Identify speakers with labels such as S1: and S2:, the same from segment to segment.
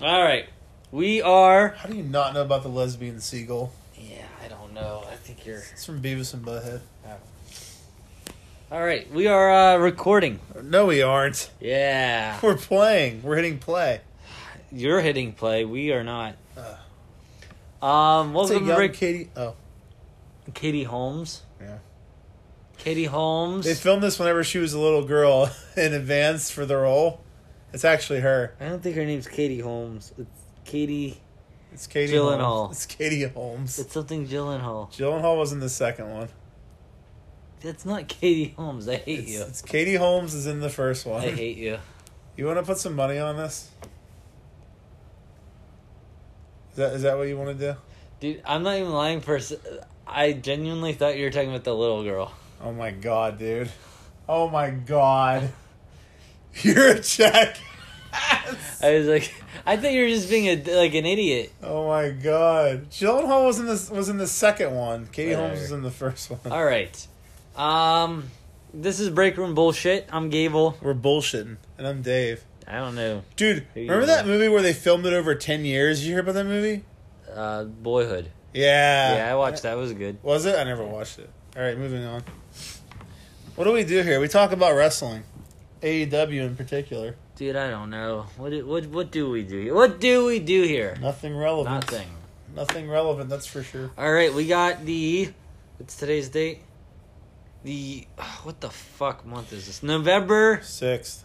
S1: All right. We are.
S2: How do you not know about the lesbian seagull?
S1: Yeah, I don't know. I think you're.
S2: It's from Beavis and Butthead.
S1: All right. We are uh, recording.
S2: No, we aren't.
S1: Yeah.
S2: We're playing. We're hitting play.
S1: You're hitting play. We are not.
S2: Uh,
S1: Um,
S2: it's a
S1: welcome
S2: young
S1: Rick.
S2: Katie. Oh,
S1: Katie Holmes.
S2: yeah.
S1: Katie
S2: They
S1: Holmes.
S2: filmed this whenever she was a little girl in advance for the role. It's actually her.
S1: I don't think her name's Katie Holmes. It's Katie.
S2: It's Katie
S1: Gyllenhaal.
S2: Holmes. It's Katie Holmes.
S1: It's something Gyllenhaal.
S2: Gyllenhaal was in the second one.
S1: That's not Katie Holmes. I hate
S2: It's,
S1: you.
S2: it's Katie Holmes is in the first one.
S1: I hate you.
S2: You want to put some money on this? Is that is that what you want to do?
S1: Dude, I'm not even lying. For a se- I genuinely thought you were talking about the little girl.
S2: Oh my god, dude. Oh my god. You're a check.
S1: I was like, I thought you were just being a like an idiot.
S2: Oh my god. Gyllenhaal was in this was in the second one. Katie
S1: Whatever.
S2: Holmes was in the first one.
S1: All right. Um, this is break room bullshit. I'm Gable.
S2: We're bullshitting, and I'm Dave.
S1: I don't know.
S2: Dude,
S1: Hey,
S2: remember
S1: yeah.
S2: that movie where they filmed it over ten years? You hear about that movie?
S1: Uh, Boyhood.
S2: Yeah.
S1: yeah, I watched that. It was good.
S2: Was it? I never watched it. All right, moving on. What do we do here? We talk about wrestling, AEW in particular.
S1: Dude, I don't know. What do, what what do we do? here? What do we do here?
S2: Nothing relevant.
S1: Nothing.
S2: Nothing relevant. That's for sure.
S1: All right, we got the. What's today's date? The what the fuck month is this? November
S2: Sixth.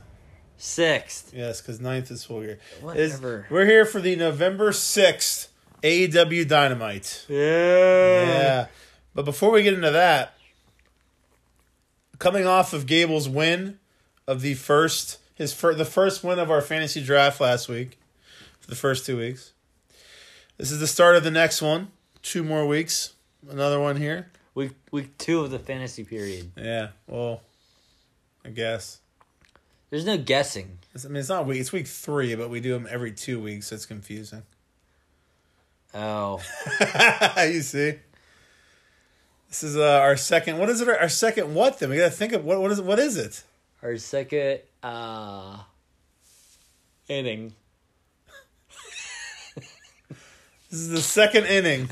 S1: sixth.
S2: Yes, because ninth is full year. Is-
S1: Whatever.
S2: we're here for the November 6th AEW Dynamite.
S1: yeah.
S2: Yeah. But before we get into that, coming off of Gable's win of the first, his fir- the first win of our fantasy draft last week, for the first two weeks, this is the start of the next one. Two more weeks. Another one here.
S1: Week week two of the fantasy period.
S2: Yeah. Well, I guess.
S1: There's no guessing.
S2: It's- I mean, it's not week. It's week three, but we do them every two weeks, so it's confusing.
S1: Oh,
S2: you see, this is uh, our second. What is it? Our second what? Then we gotta think of what. What is? What is it?
S1: our second uh inning.
S2: This is the second inning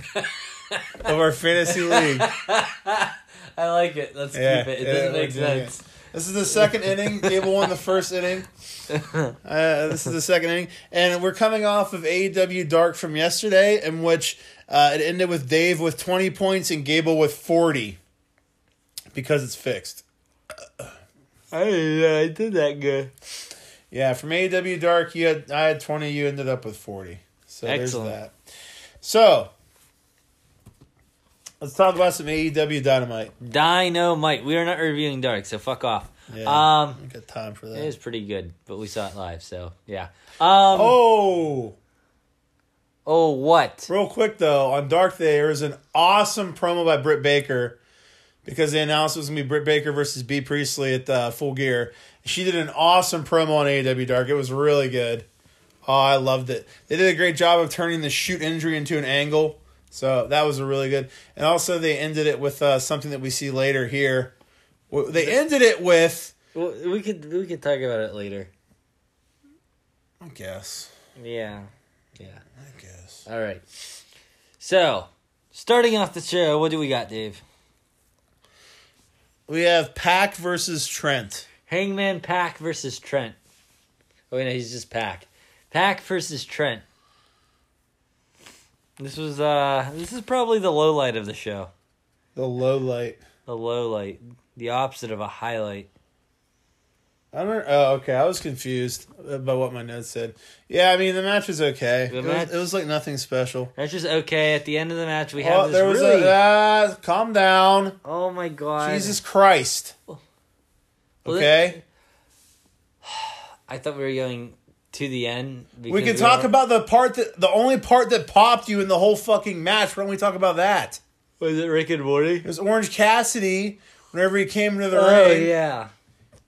S2: of our fantasy league.
S1: I like it. Let's
S2: Yeah,
S1: keep it. It
S2: yeah,
S1: doesn't
S2: we're
S1: make
S2: doing it.
S1: sense.
S2: This is the second inning. Gable won the first inning. Uh, this is the second inning, and we're coming off of AEW Dark from yesterday, in which uh, it ended with Dave with twenty points and Gable with forty because it's fixed.
S1: I, didn't know I did that good.
S2: Yeah, from AEW Dark, you had I had twenty, you ended up with forty. So
S1: Excellent.
S2: there's that. So let's talk about some AEW Dynamite.
S1: Dynamite. We are not reviewing Dark, so fuck off.
S2: Yeah,
S1: Um,
S2: I got time for that.
S1: it was pretty good, but we saw it live, so yeah. Um, oh.
S2: oh,
S1: what?
S2: real quick though, on Dark Day, there was an awesome promo by Britt Baker because they announced it was gonna be Britt Baker versus B Priestley at uh, Full Gear. She did an awesome promo on AEW Dark. It was really good. Oh, I loved it. They did a great job of turning the shoot injury into an angle. So that was a really good. And also they ended it with uh, something that we see later here. Well, They ended it with
S1: Well, we could we could talk about it later.
S2: I guess.
S1: Yeah, yeah.
S2: I guess.
S1: All right. So, starting off the show, what do we got, Dave?
S2: We have Pack versus Trent.
S1: Hangman Pack versus Trent. Oh wait, no, he's just Pack. Pack versus Trent. This was uh this is probably the low light of the show.
S2: The low light.
S1: The low light. The opposite of a highlight.
S2: I don't. Oh, okay. I was confused by what my notes said. Yeah, I mean the match was okay.
S1: The
S2: it,
S1: match-
S2: was, it was like nothing special.
S1: That's just okay. At the end of the match we have
S2: Oh,
S1: this
S2: there was
S1: really
S2: a ah, calm down.
S1: Oh my god.
S2: Jesus Christ.
S1: Well,
S2: Okay,
S1: I thought we were going to the end
S2: we
S1: because
S2: can talk
S1: were-
S2: about the part that the only part that popped you in the whole fucking match. Why don't we talk about that?
S1: Was it Rick and Morty?
S2: It was Orange Cassidy. Whenever he came into the
S1: Oh
S2: ring,
S1: yeah.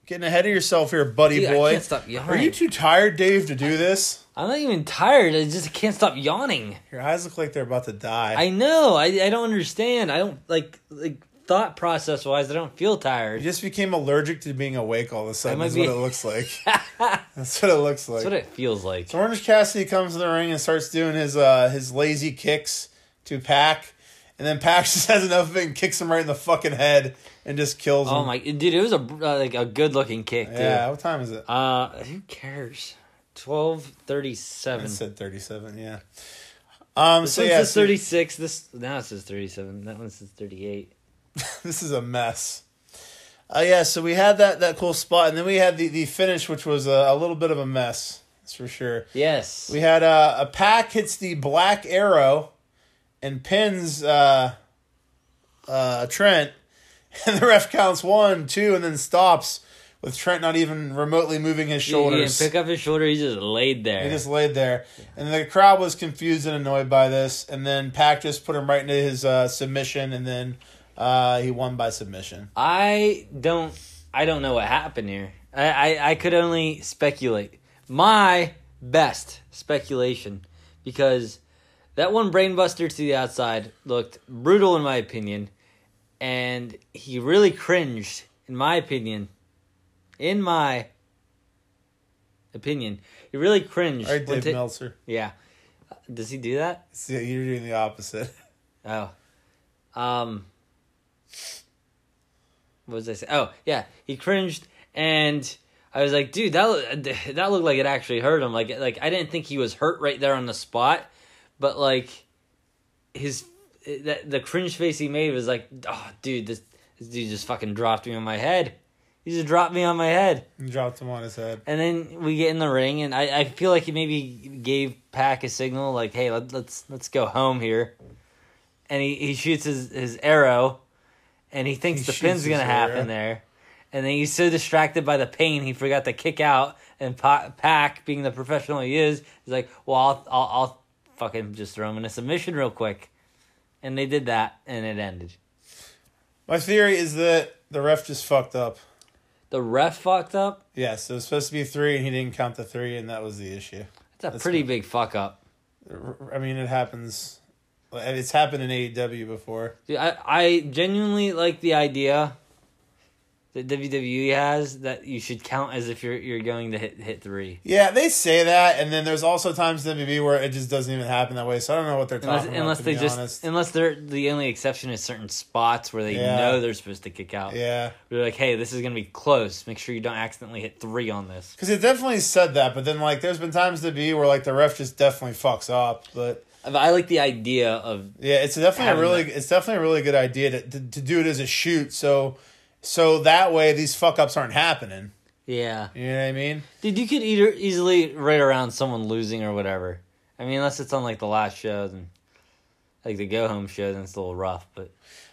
S2: getting ahead of yourself here, buddy
S1: Dude,
S2: boy.
S1: I can't stop yawning.
S2: Are you too tired, Dave, to do this?
S1: I'm not even tired. I just can't stop yawning.
S2: Your eyes look like they're about to die.
S1: I know. I I don't understand. I don't like like thought process wise, I don't feel
S2: I
S1: tired.
S2: just became allergic to being awake all of a sudden.
S1: might
S2: That's
S1: be-
S2: what it looks like.
S1: That's
S2: That's what it looks like.
S1: what it feels like.
S2: So Orange Cassidy comes to the ring and starts doing his uh, his lazy kicks to Pac, and then Pac just has enough of it and kicks him right in the fucking head and just kills him.
S1: Oh my dude, it was a uh, like a good looking kick, dude.
S2: yeah, what time is it?
S1: Uh, who cares? Twelve
S2: I
S1: thirty-seven.
S2: said thirty-seven. Yeah. Um.
S1: This
S2: so
S1: one
S2: yeah,
S1: says
S2: so-
S1: thirty-six. This now it says thirty-seven. That one says thirty-eight.
S2: this is a mess. Uh, yeah, so we had that, that cool spot, and then we had the, the finish, which was a, a little bit of a mess. That's for sure.
S1: Yes.
S2: We had uh, a pack hits the black arrow and pins uh, uh, Trent, and the ref counts one, two, and then stops with Trent not even remotely moving his
S1: He- he didn't
S2: shoulders.
S1: pick up his shoulder. He just laid there.
S2: He just laid there, and the crowd was confused and annoyed by this. And then Pack just put him right into his uh, submission, and then uh, he won by submission.
S1: I don't. I don't know what happened here. I, I I could only speculate. My best speculation because that one brainbuster to the outside looked brutal in my opinion, and he really cringed in my opinion. In my opinion, he really cringed.
S2: All right,
S1: when
S2: Dave
S1: ta-
S2: Meltzer.
S1: yeah, does he do that?
S2: See, you're doing the opposite.
S1: Oh. Um What was I say? Oh, yeah. He cringed and I was like, "Dude, that loo- that looked like it actually hurt him." Like like I didn't think he was hurt right there on the spot, but like his that the cringe face he made was like, "Oh, dude, this this dude just fucking dropped me on my head. He just dropped me on my head."
S2: He dropped him on his head.
S1: And then we get in the ring, and I, I feel like he maybe gave Pac a signal like, "Hey, let, let's let's go home here." And he, he shoots his, his arrow, and he thinks
S2: He
S1: the
S2: shoots
S1: pin's gonna
S2: his arrow.
S1: happen there. And then he's so distracted by the pain, he forgot to kick out. And pa- Pac, being the professional he is, is like, "Well, I'll, I'll I'll fucking just throw him in a submission real quick." And they did that, and it ended.
S2: My theory is that the ref just fucked up.
S1: The ref fucked up.
S2: Yes, it was supposed to be three, and he didn't count the three, and that was the issue.
S1: That's a
S2: That's
S1: pretty
S2: good.
S1: big fuck up.
S2: R- I mean, it happens. It's happened in AEW before.
S1: Dude, I, I genuinely like the idea that WWE has that you should count as if you're you're going to hit hit three.
S2: Yeah, they say that, and then there's also times in WWE where it just doesn't even happen that way. So I don't know what they're
S1: Unless
S2: talking
S1: unless
S2: about.
S1: they
S2: to be
S1: just
S2: honest.
S1: unless they're the only exception is certain spots where they
S2: Yeah.
S1: know they're supposed to kick out.
S2: yeah,
S1: They're like, hey, this is gonna be close. Make sure you don't accidentally hit three on this.
S2: because it definitely said that, but then like there's been times to be where like the ref just definitely fucks up. But
S1: But I like the idea of
S2: yeah, it's definitely
S1: Having
S2: a really it's definitely a really good idea to, to to do it as a shoot. So so that way these fuck ups aren't happening.
S1: yeah,
S2: You know what I mean?
S1: dude. You could either easily right around someone losing or whatever. I mean, unless it's on like the last show, then like the go home show, then it's a little rough. But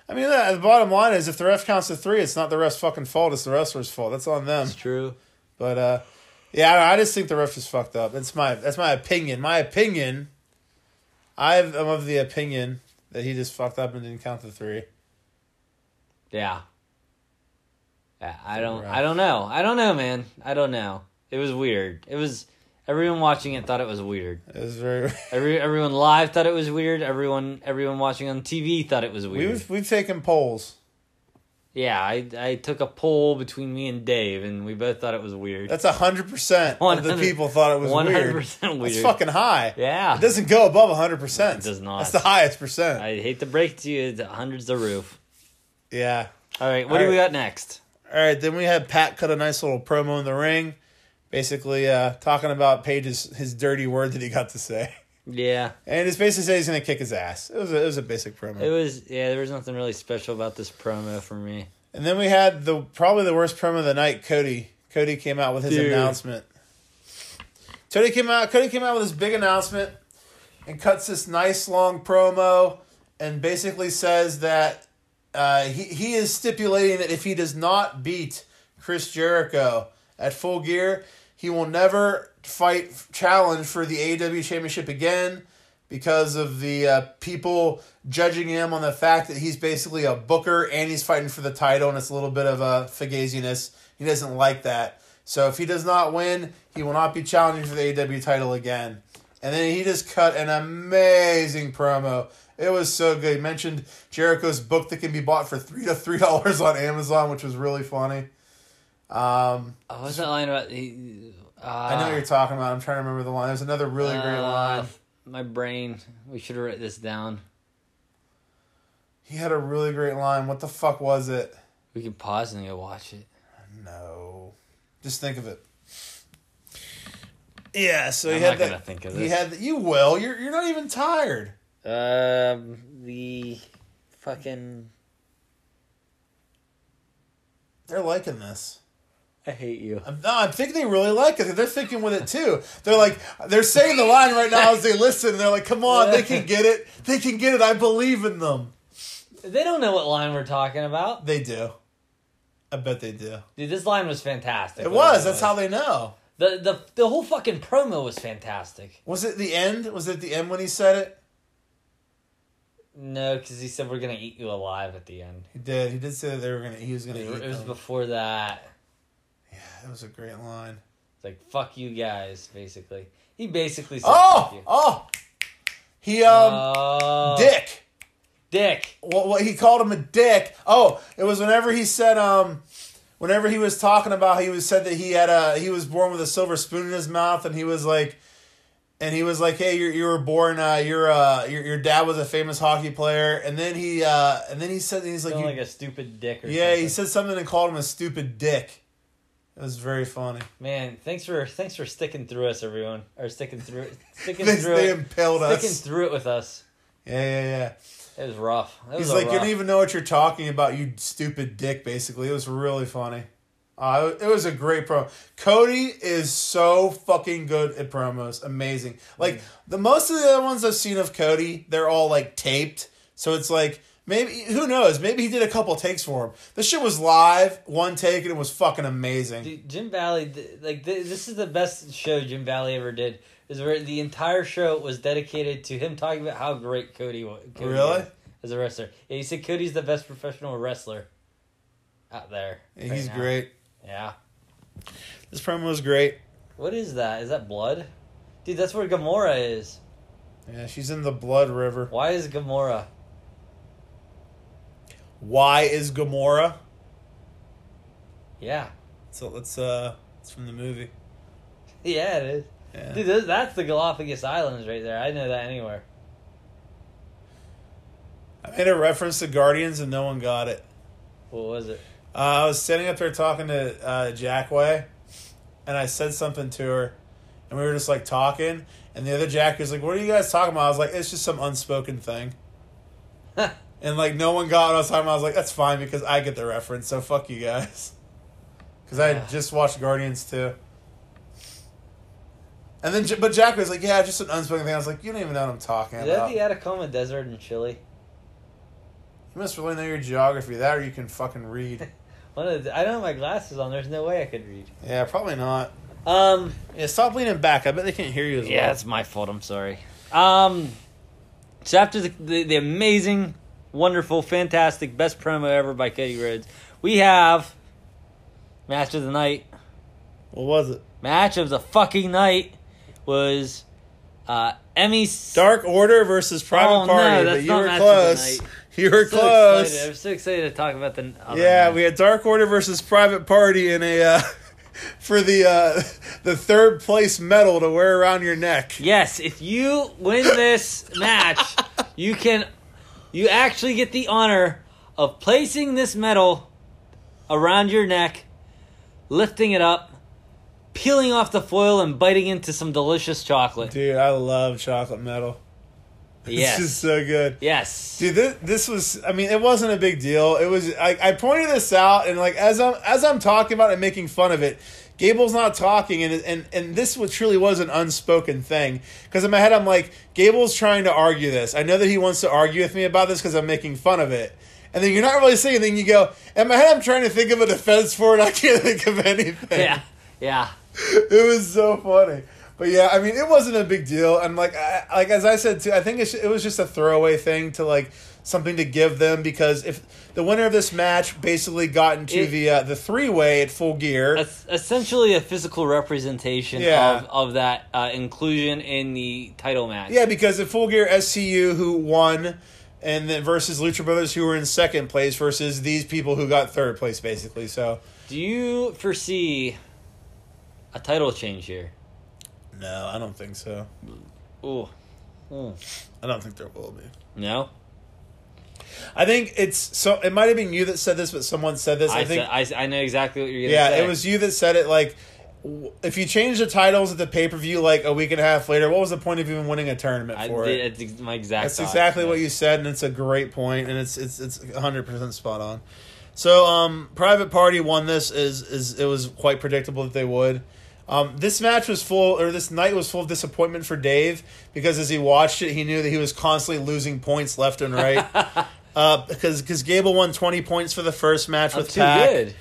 S2: I mean, the the bottom line is if the ref counts to three, it's not the ref's fucking fault. It's the wrestler's fault. That's on them.
S1: it's true.
S2: But uh, yeah, I, don't know, I just think the ref is fucked up. That's my that's my opinion. My opinion. I've, I'm of the opinion that he just fucked up and didn't count to three.
S1: Yeah. Yeah, I don't
S2: rough.
S1: I don't know. I don't know, man. I don't know. It was weird. It was everyone watching it thought it was weird.
S2: It was very.
S1: Every everyone live thought it was weird. Everyone everyone watching on TV thought it was weird.
S2: We've we've taken polls.
S1: yeah, I I took a poll between me and Dave and we both thought it was weird.
S2: That's hundred percent of the
S1: 100
S2: people thought it was
S1: One hundred
S2: weird.
S1: percent
S2: It's
S1: weird.
S2: fucking high.
S1: yeah.
S2: It doesn't go above hundred percent.
S1: It does not.
S2: That's the highest percent.
S1: I hate to break to you, it's hundreds the roof.
S2: yeah.
S1: All right, what
S2: All
S1: do we
S2: right.
S1: got next?
S2: All right, then we had Pat cut a nice little promo in the ring, basically uh, talking about Paige's his dirty word that he got to say,
S1: Yeah.
S2: and it's basically saying he's gonna kick his ass. It was a, it was a basic promo.
S1: It was yeah, there was nothing really special about this promo for me.
S2: And then we had the probably the worst promo of the night. Cody. Cody came out with his
S1: Dude.
S2: announcement. Cody came out. Cody came out with his big announcement, and cuts this nice long promo, and basically says that uh, he he is stipulating that if he does not beat Chris Jericho at Full Gear, he will never fight challenge for the AEW Championship again because of the uh, people judging him on the fact that he's basically a booker and he's fighting for the title and it's a little bit of a fugaziness. He doesn't like that. So if he does not win, he will not be challenging for the AEW E title again. And then he just cut an amazing promo. It was so good. He mentioned Jericho's book that can be bought for three to three dollars on Amazon, which was really funny. Um,
S1: Oh, what's that line about? He, uh,
S2: I know what you're talking about. I'm trying to remember the line. There's another really great
S1: Ah.
S2: line.
S1: My brain. We should have written this down.
S2: He had a really great line. What the fuck was it?
S1: We can pause and go watch it.
S2: No. Just think of it. Yeah, so he
S1: I'm
S2: had
S1: not
S2: that.
S1: gonna think of
S2: He
S1: this.
S2: had that. You will. You're you're not even tired.
S1: Um, the fucking.
S2: They're liking this.
S1: I hate you.
S2: I'm, no, I think they really like it. They're thinking with it too. They're like, they're saying the line right now as they listen. They're like, come on, they can get it. They can get it. I believe in them.
S1: They don't know what line we're talking about.
S2: They do. I bet they do.
S1: Dude, this line was fantastic.
S2: It
S1: Whatever
S2: was. That's how they know.
S1: the the the whole fucking promo was fantastic.
S2: Was it the end? Was it the end when he said it?
S1: No, because he said we're gonna eat you alive at the end.
S2: He did. He did say that they were gonna. He was gonna.
S1: It,
S2: Eat
S1: was- it was
S2: them.
S1: before that.
S2: That was a great line.
S1: It's like fuck you guys, basically. He basically said fuck
S2: Oh,
S1: you.
S2: oh. He um
S1: Oh,
S2: dick.
S1: Dick.
S2: what, what he called him a dick. Oh, it was whenever he said um whenever he was talking about he was said that he had a he was born with a silver spoon in his mouth and he was like and he was like, "Hey, you you were born uh your uh your, your dad was a famous hockey player." And then he uh and then he said he's like,
S1: Feeling
S2: you-
S1: like a stupid dick or
S2: "Yeah,
S1: something.
S2: he said something and called him a stupid dick." It was very funny.
S1: Man, thanks for thanks for sticking through us, everyone. Or sticking through sticking
S2: They,
S1: through
S2: they
S1: it.
S2: impaled
S1: Sticking
S2: us.
S1: through it with us.
S2: Yeah, yeah, yeah.
S1: It was rough. It was
S2: He's
S1: a
S2: like, you
S1: rough-
S2: don't even know what you're talking about, you stupid dick. Basically, it was really funny. Uh, it was a great promo. Cody is so fucking good at promos. Amazing.
S1: Mm.
S2: Like the most of the other ones I've seen of Cody, they're all like taped. So it's like maybe who knows? Maybe he did a couple takes for him. This shit was live, one take, and it was fucking amazing.
S1: Dude, Jim Valley, th- like th- this is the best show Jim Valley ever did. Is where the entire show was dedicated to him talking about how great Cody was. Cody
S2: Really?
S1: is as a wrestler, yeah, he said Cody's the best professional wrestler out there.
S2: And
S1: right
S2: He's
S1: now.
S2: great.
S1: Yeah.
S2: This promo was great.
S1: What is that? Is that blood? Dude, that's where Gamora is.
S2: Yeah, she's in the blood river.
S1: Why is Gamora?
S2: Why is Gamora?
S1: Yeah.
S2: So let's uh, it's from the movie.
S1: Yeah, it is.
S2: Yeah.
S1: Dude, those- that's the Galapagos Islands right there. I know that anywhere.
S2: I made a reference to Guardians and no one got it.
S1: What was it?
S2: Uh, I was sitting up there talking to uh, Jackway, and I said something to her, and we were just like talking. And the other Jack was like, "What are you guys talking about?" I was like, "It's just some unspoken thing." and like no one got what I was talking about. I was like, "That's fine because I get the reference, so fuck you guys." Because I
S1: Yeah.
S2: had just watched Guardians too. And then, J- but Jack was like, "Yeah, just an unspoken thing." I was like, "You don't even know what I'm talking
S1: Is
S2: about."
S1: that the Atacama Desert in Chile?
S2: you must really know your geography. That, or you can fucking read.
S1: One of the, I don't have my glasses on. There's no way I could read.
S2: yeah, probably not.
S1: Um.
S2: Yeah, stop leaning back. I bet they can't hear you as
S1: Yeah, it's my fault. I'm sorry. Um. So after the, the the amazing, wonderful, fantastic, best promo ever by Cody Rhodes, we have match of the night.
S2: well. What was it?
S1: Match of the fucking night was uh Emmy. S-
S2: Dark Order versus Private
S1: Oh, no,
S2: Party,
S1: that's
S2: but you
S1: not
S2: were
S1: match of the
S2: close.
S1: night.
S2: You were
S1: I'm so
S2: close.
S1: Excited. I'm so excited to talk about the. other
S2: Yeah,
S1: match.
S2: we had Dark Order versus Private Party in a uh, for the uh, the third place medal to wear around your neck.
S1: Yes, if you win this match, you can you actually get the honor of placing this medal around your neck, lifting it up, peeling off the foil and biting into some delicious chocolate.
S2: Dude, I love chocolate medal.
S1: Yes.
S2: This is so good.
S1: yes.
S2: Dude, this, this was I mean, it wasn't a big deal. It was I, I pointed this out and like as I'm as I'm talking about it and making fun of it, Gable's not talking and and and this was truly was an unspoken thing because in my head I'm like Gable's trying to argue this. I know that he wants to argue with me about this cuz I'm making fun of it. And then you're not really saying anything. You go, in my head, I'm trying to think of a defense for it. I can't think of anything.
S1: Yeah. Yeah.
S2: It was so funny. But yeah, I mean, it wasn't a big deal, and like, I, like as I said too, I think it, sh- it was just a throwaway thing to like something to give them because if the winner of this match basically got into
S1: It-
S2: the uh, the three way at full gear,
S1: That's essentially a physical representation
S2: Yeah.
S1: of, of that uh, inclusion in the title match.
S2: yeah, because at full gear SCU who won, and then versus Lucha Brothers who were in second place versus these people who got third place basically. So
S1: Do you foresee a title change here?
S2: no, I don't think so.
S1: Ooh. Ooh.
S2: I don't think there will be.
S1: Hmm. No?
S2: I think it's so. It might have been you that said this, but someone said this. I,
S1: I,
S2: think
S1: said- I, s- I know exactly what you're going to
S2: Yeah,
S1: say.
S2: it was you that said it. Like, w- if you change the titles at the pay per view like a week and a half later, what was the point of even winning a tournament
S1: I
S2: for
S1: did,
S2: it?
S1: That's ex- my exact
S2: That's
S1: thought,
S2: exactly
S1: yeah.
S2: what you said, and it's a great point, and it's it's it's hundred percent spot on. So, um, Private Party won this. Is is it was quite predictable that they would. Um, this match was full, or this night was full of disappointment for Dave because as he watched it, he knew that he was constantly losing points left and right. uh, because because Gable won twenty points for the first match
S1: That's
S2: with
S1: too
S2: Pac
S1: good.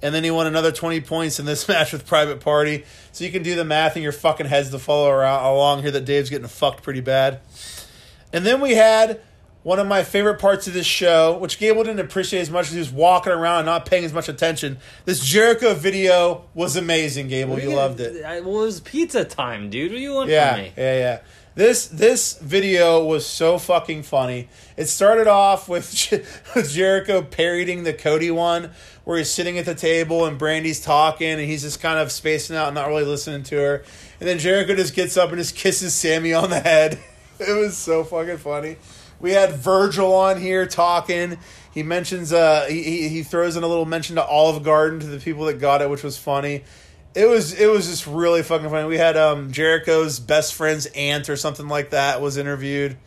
S2: and then he won another 20 points in this match with Private Party. So you can do the math in your fucking heads to follow around, along here that Dave's getting fucked pretty bad. And then we had one of my favorite parts of this show, which Gable didn't appreciate as much as he was walking around and not paying as much attention. This Jericho video was amazing, Gable. You loved it.
S1: I, well, it was pizza time, dude. What do you want
S2: Yeah,
S1: from me?
S2: yeah, yeah. This this video was so fucking funny. It started off with Jer- with Jericho parodying the Cody one, where he's sitting at the table and Brandy's talking, and he's just kind of spacing out, and not really listening to her. And then Jericho just gets up and just kisses Sammy on the head. It was so fucking funny. We had Virgil on here talking. He mentions uh he, he he throws in a little mention to Olive Garden to the people that got it, which was funny. It was it was just really fucking funny. We had um Jericho's best friend's aunt or something like that was interviewed.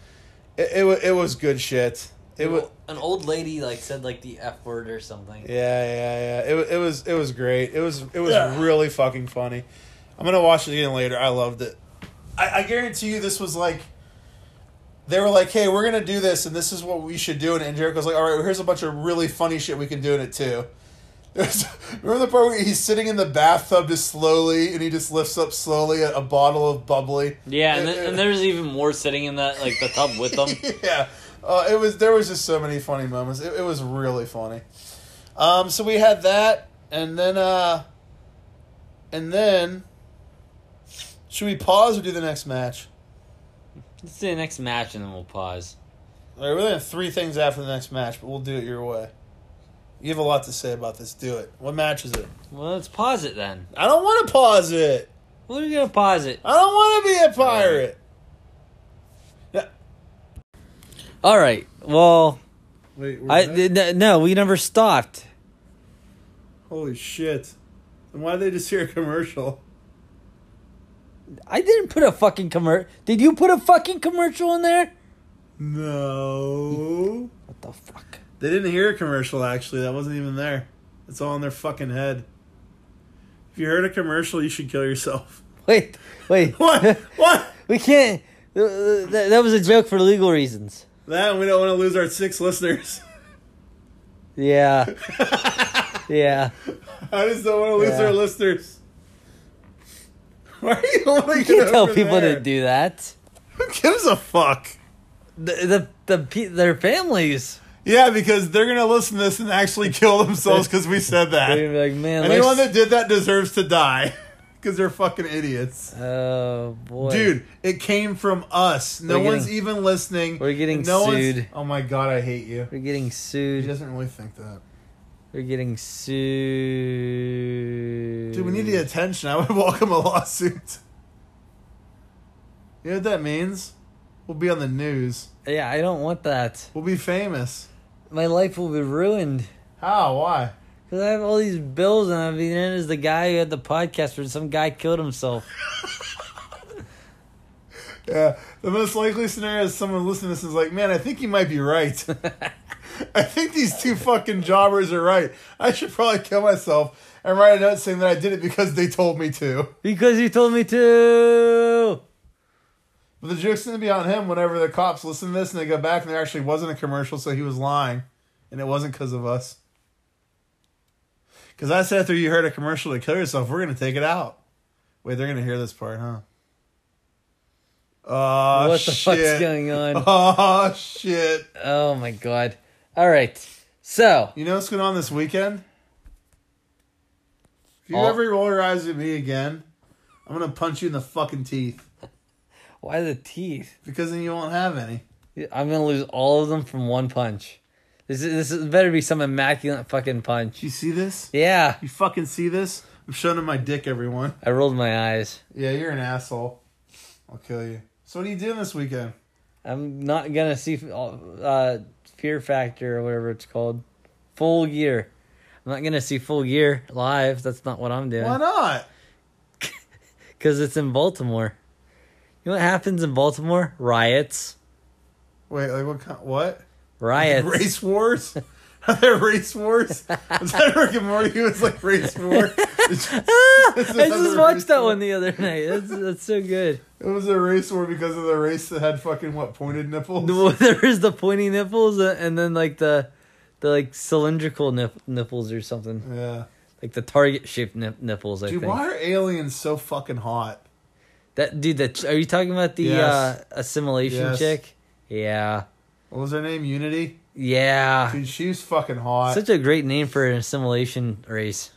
S2: It it, wa- it was good shit. It was
S1: An old lady like said like the f word or something.
S2: yeah yeah yeah. It wa- it was it was great. It was it was
S1: Ugh.
S2: really fucking funny. I'm gonna watch it again later. I loved it. I, I guarantee you this was like they were like, hey, we're gonna do this and this is what we should do and, and Jericho's like, all right, here's a bunch of really funny shit we can do in it too. There's, remember the part where he's sitting in the bathtub just slowly, and he just lifts up slowly a, a bottle of bubbly.
S1: Yeah, and, then, and there's even more sitting in that like the tub with them.
S2: yeah, uh, it was. There was just so many funny moments. It, it was really funny. Um, so we had that, and then, uh, and then, should we pause or do the next match?
S1: Let's do the next match and then we'll pause.
S2: All right, we're gonna have three things after the next match, but we'll do it your way. You have a lot to say about this. Do it. What match is it?
S1: Well, let's pause it then.
S2: I don't want to pause it.
S1: We're gonna pause it.
S2: I don't want to be a pirate.
S1: All right. Well,
S2: Wait, we're
S1: I
S2: back?
S1: th- n- no, we never stopped.
S2: holy shit! And why did they just hear a commercial?
S1: I didn't put a fucking commercial. Did you put a fucking commercial in there?
S2: No.
S1: What the fuck?
S2: They didn't hear a commercial actually. That wasn't even there. It's all in their fucking head. If you heard a commercial, you should kill yourself.
S1: Wait, wait.
S2: What? what?
S1: we can't. th- th- That, was a joke for legal reasons.
S2: That and we don't want to lose our six listeners.
S1: Yeah, yeah.
S2: I just don't want to lose
S1: Yeah.
S2: our listeners. Why are you only
S1: You can't tell people to do that.
S2: Who gives a fuck?
S1: The the, the pe- their families.
S2: Yeah, because they're gonna listen to this and actually kill themselves because we said
S1: They're gonna
S2: that.
S1: be like, man.
S2: Anyone
S1: let's-
S2: that did that deserves to die because they're fucking idiots.
S1: Oh boy,
S2: Dude, it came from us. No
S1: We're
S2: one's
S1: getting-
S2: even listening.
S1: we're getting
S2: no one's-
S1: sued.
S2: oh my god, I hate you.
S1: we're getting
S2: He
S1: sued.
S2: doesn't really think that.
S1: We're getting sued.
S2: Dude, we need the attention. I would welcome a lawsuit. You know what that means? We'll be on the news.
S1: Yeah, I don't want that.
S2: We'll be famous.
S1: My life will be ruined.
S2: How? Why?
S1: Cause I have all these bills, and I'm being in as the guy who had the podcast where some guy killed himself.
S2: Yeah. The most likely scenario is someone listening to this is like, man, I think you might be right. I think these two fucking jobbers are right. I should probably kill myself and write a note saying that I did it because they told me to.
S1: Because you told me to.
S2: Oh, But the joke's gonna be on him whenever the cops listen to this and they go back and there actually wasn't a commercial, so he was lying, and it wasn't because of us. Because I said after you heard a commercial to kill yourself, we're gonna take it out. Wait, they're gonna hear this part, huh? Oh
S1: what the
S2: shit!
S1: fuck's going on?
S2: Oh shit!
S1: Oh my god. All right. So,
S2: You know what's going on this weekend? If you
S1: All-
S2: ever roll your eyes at me again, I'm gonna punch you in the fucking teeth
S1: why the teeth?
S2: because then you won't have any.
S1: I'm gonna lose all of them from one punch. This is, this is, better be some immaculate fucking punch.
S2: Do you see this?
S1: Yeah,
S2: You fucking see this? I'm showing him my dick, everyone.
S1: I rolled my eyes.
S2: Yeah, you're an asshole. I'll kill you. So what are you doing this weekend?
S1: I'm not gonna see uh, Fear Factor or whatever it's called, Full Gear. I'm not gonna see Full Gear live. That's not what I'm
S2: Why
S1: doing
S2: not?
S1: because it's in Baltimore. You know what happens in Baltimore? Riots,
S2: Wait, like what? Kind, what?
S1: riots.
S2: Race wars? Are there race wars? Was that Rick and Morty? It was like race war.
S1: I just watched that one the other night. That's that's so good.
S2: It was a race war because of the race that had fucking what pointed nipples.
S1: The- There is the pointy nipples uh, and then like the the like cylindrical nip, nipples or something
S2: Yeah,
S1: like the target shaped nip, nipples. I
S2: dude,
S1: think
S2: why are aliens so fucking hot?
S1: that dude. That are you talking about the
S2: Yes.
S1: uh, assimilation
S2: Yes.
S1: chick? Yeah,
S2: What was her name? Unity.
S1: yeah.
S2: Dude, she's fucking hot
S1: Such a great name for an assimilation race.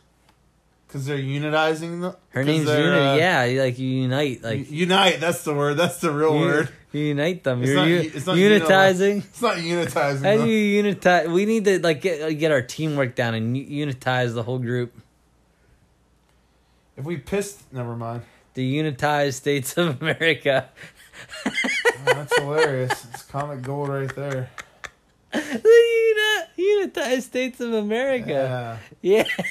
S2: because they're unitizing the.
S1: Her
S2: 'cause
S1: name's
S2: they're,
S1: Unity.
S2: uh,
S1: yeah, like you unite, like
S2: u- unite. That's the word. That's the real
S1: you,
S2: word.
S1: you unite them.
S2: It's
S1: You're
S2: not
S1: u-
S2: u- it's not
S1: unitizing.
S2: It's not unitizing.
S1: How
S2: though.
S1: do you unitize? We need to like get get our teamwork down and u- unitize the whole group.
S2: if we pissed, never mind.
S1: The Unitized States of America.
S2: Oh, that's hilarious. It's comic gold right there.
S1: the Uni- Unitized States of America.
S2: Yeah.
S1: Yeah.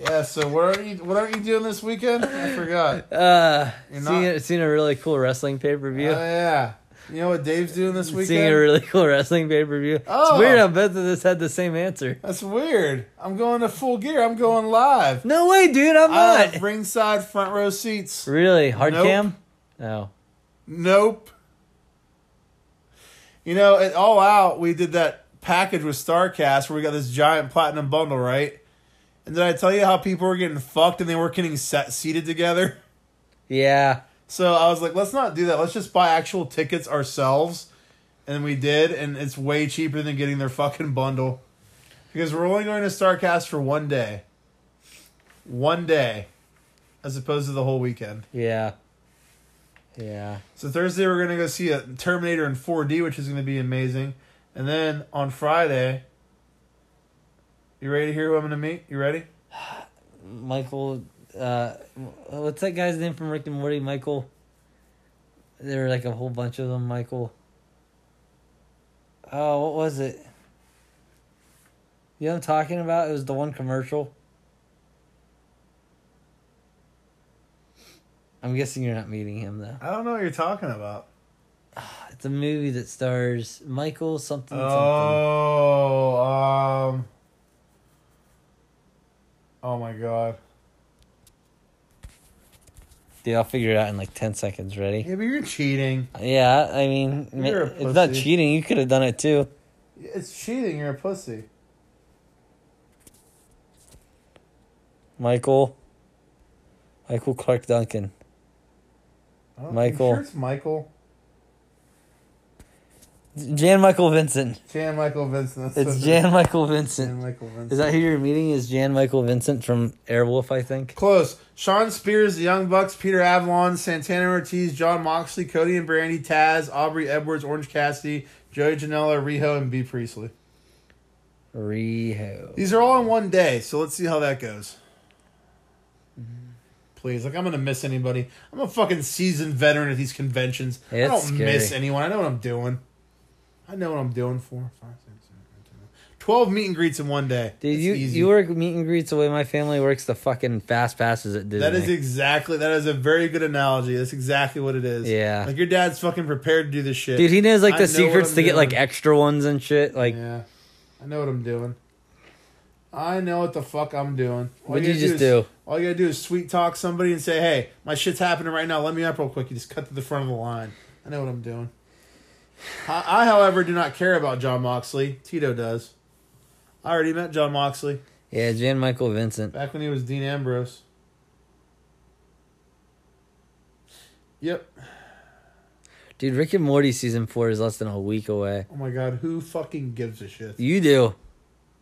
S2: Yeah, so what are you what are you doing this weekend? I forgot.
S1: Uh,
S2: You're
S1: seen,
S2: not-
S1: a, seen a really cool wrestling pay per
S2: Oh
S1: view.
S2: yeah. You know what Dave's doing this
S1: Seeing a
S2: weekend?
S1: really cool wrestling pay per view.
S2: Oh.
S1: It's weird how both of us had the same answer.
S2: That's weird. I'm going to full gear. I'm going live.
S1: No way, dude. I'm
S2: I
S1: not.
S2: have ringside front row seats.
S1: really? Hard
S2: Uh, Nope.
S1: cam? Oh. No.
S2: Nope. You know, at All Out, we did that package with StarCast where we got this giant platinum bundle, right? And did I tell you how people were getting fucked and they weren't getting set, seated together?
S1: Yeah.
S2: So I was like, let's not do that. Let's just buy actual tickets ourselves. And we did, and it's way cheaper than getting their fucking bundle. Because we're only going to StarCast for one day. One day. As opposed to the whole weekend.
S1: Yeah. Yeah.
S2: So Thursday we're gonna go see a Terminator in 4D, which is gonna be amazing. And then on Friday, you ready to hear who I'm gonna meet? You ready?
S1: Michael. Uh, what's that guy's name from Rick and Morty? Michael. There were like a whole bunch of them. Michael. Oh, what was it? You know what I'm talking about? It was the one commercial. I'm guessing you're not meeting him though.
S2: I don't know what you're talking about.
S1: It's a movie that stars Michael something
S2: Uh.
S1: something.
S2: Oh, um, oh my god.
S1: Dude, I'll figure it out in like ten seconds. Ready?
S2: Yeah, but you're cheating.
S1: Yeah, I mean,
S2: You're a
S1: it's not
S2: pussy.
S1: cheating. You could have done it too.
S2: It's cheating. You're a pussy.
S1: Michael. Michael Clark Duncan.
S2: I don't- you
S1: Michael.
S2: Sure it's Michael.
S1: Jan Michael Vincent.
S2: Jan Michael Vincent. That's
S1: It's
S2: so-
S1: Jan Michael
S2: Jan
S1: Vincent.
S2: Michael Vincent.
S1: Is that who you're meeting? Is Jan Michael Vincent from Airwolf, I think?
S2: Close. Sean Spears, the Young Bucks, Peter Avalon, Santana Ortiz, John Moxley, Cody and Brandy, Taz, Aubrey Edwards, Orange Cassidy, Joey Janela, Riho, and B Priestley.
S1: Riho.
S2: These are all in one day, so let's see how that goes. Please, like I'm gonna miss anybody. I'm a fucking seasoned veteran at these conventions. I
S1: It's
S2: don't
S1: scary.
S2: miss anyone. I know what I'm doing. I know what I'm doing. Four, five, six, seven, eight, nine, ten. Twelve meet and greets in one day.
S1: Dude,
S2: It's
S1: you,
S2: easy.
S1: you work meet and greets the way my family works the fucking fast passes at Disney.
S2: That is exactly that is a very good analogy. That's exactly what it is.
S1: Yeah.
S2: Like your dad's fucking prepared to do this shit.
S1: Dude, he knows like
S2: I
S1: the
S2: know
S1: secrets
S2: what
S1: to
S2: I'm
S1: get like
S2: doing.
S1: extra ones and shit. Like,
S2: Yeah. I know what I'm doing. I know what the fuck I'm doing. All
S1: what'd you,
S2: gotta
S1: just
S2: is-
S1: do?
S2: All you gotta do is sweet talk somebody and say, Hey, my shit's happening right now, let me up real quick. You just cut to the front of the line. I know what I'm doing. I, I however do not care about John Moxley. Tito does. I already met John Moxley
S1: Yeah, Jan Michael Vincent.
S2: back when he was Dean Ambrose. Yep.
S1: Dude, Rick and Morty season four is less than a week away.
S2: Oh my god, who fucking gives a shit?
S1: You do,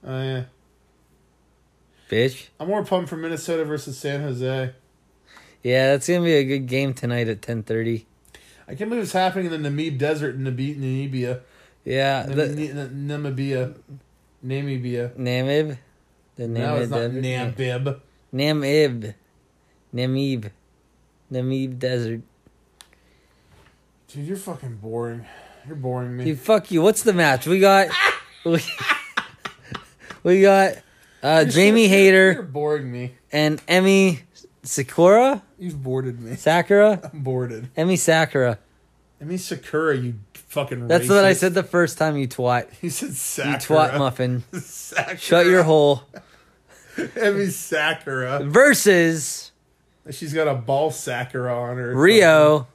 S2: Oh yeah.
S1: bitch.
S2: I'm more pumped for Minnesota versus San Jose.
S1: Yeah, that's gonna be a good game tonight at ten thirty.
S2: I can't believe it's happening in the Namib Desert in Namib- Namibia.
S1: Yeah,
S2: Nam-
S1: Uh, the,
S2: Nam- Namibia. Namibia.
S1: Namib. The
S2: No, it's not
S1: Namib. Nam-
S2: Namib.
S1: Namib. Namib. Namib Desert.
S2: Dude, you're fucking boring. You're boring me.
S1: Dude, fuck you. What's the match? We got. we, we got uh,
S2: You're
S1: Jamie
S2: so-
S1: Hayter.
S2: You're boring me.
S1: and Emmy Sakura?
S2: You've boarded me.
S1: Sakura?
S2: I'm boarded.
S1: Emmy Sakura.
S2: I mean Sakura, you fucking.
S1: That's what I
S2: racist.
S1: said the first time, you twat.
S2: You said
S1: You
S2: Sakura.
S1: twat muffin.
S2: Sakura.
S1: Shut your hole.
S2: I mean Sakura.
S1: Versus
S2: She's got a ball Sakura on her.
S1: Rio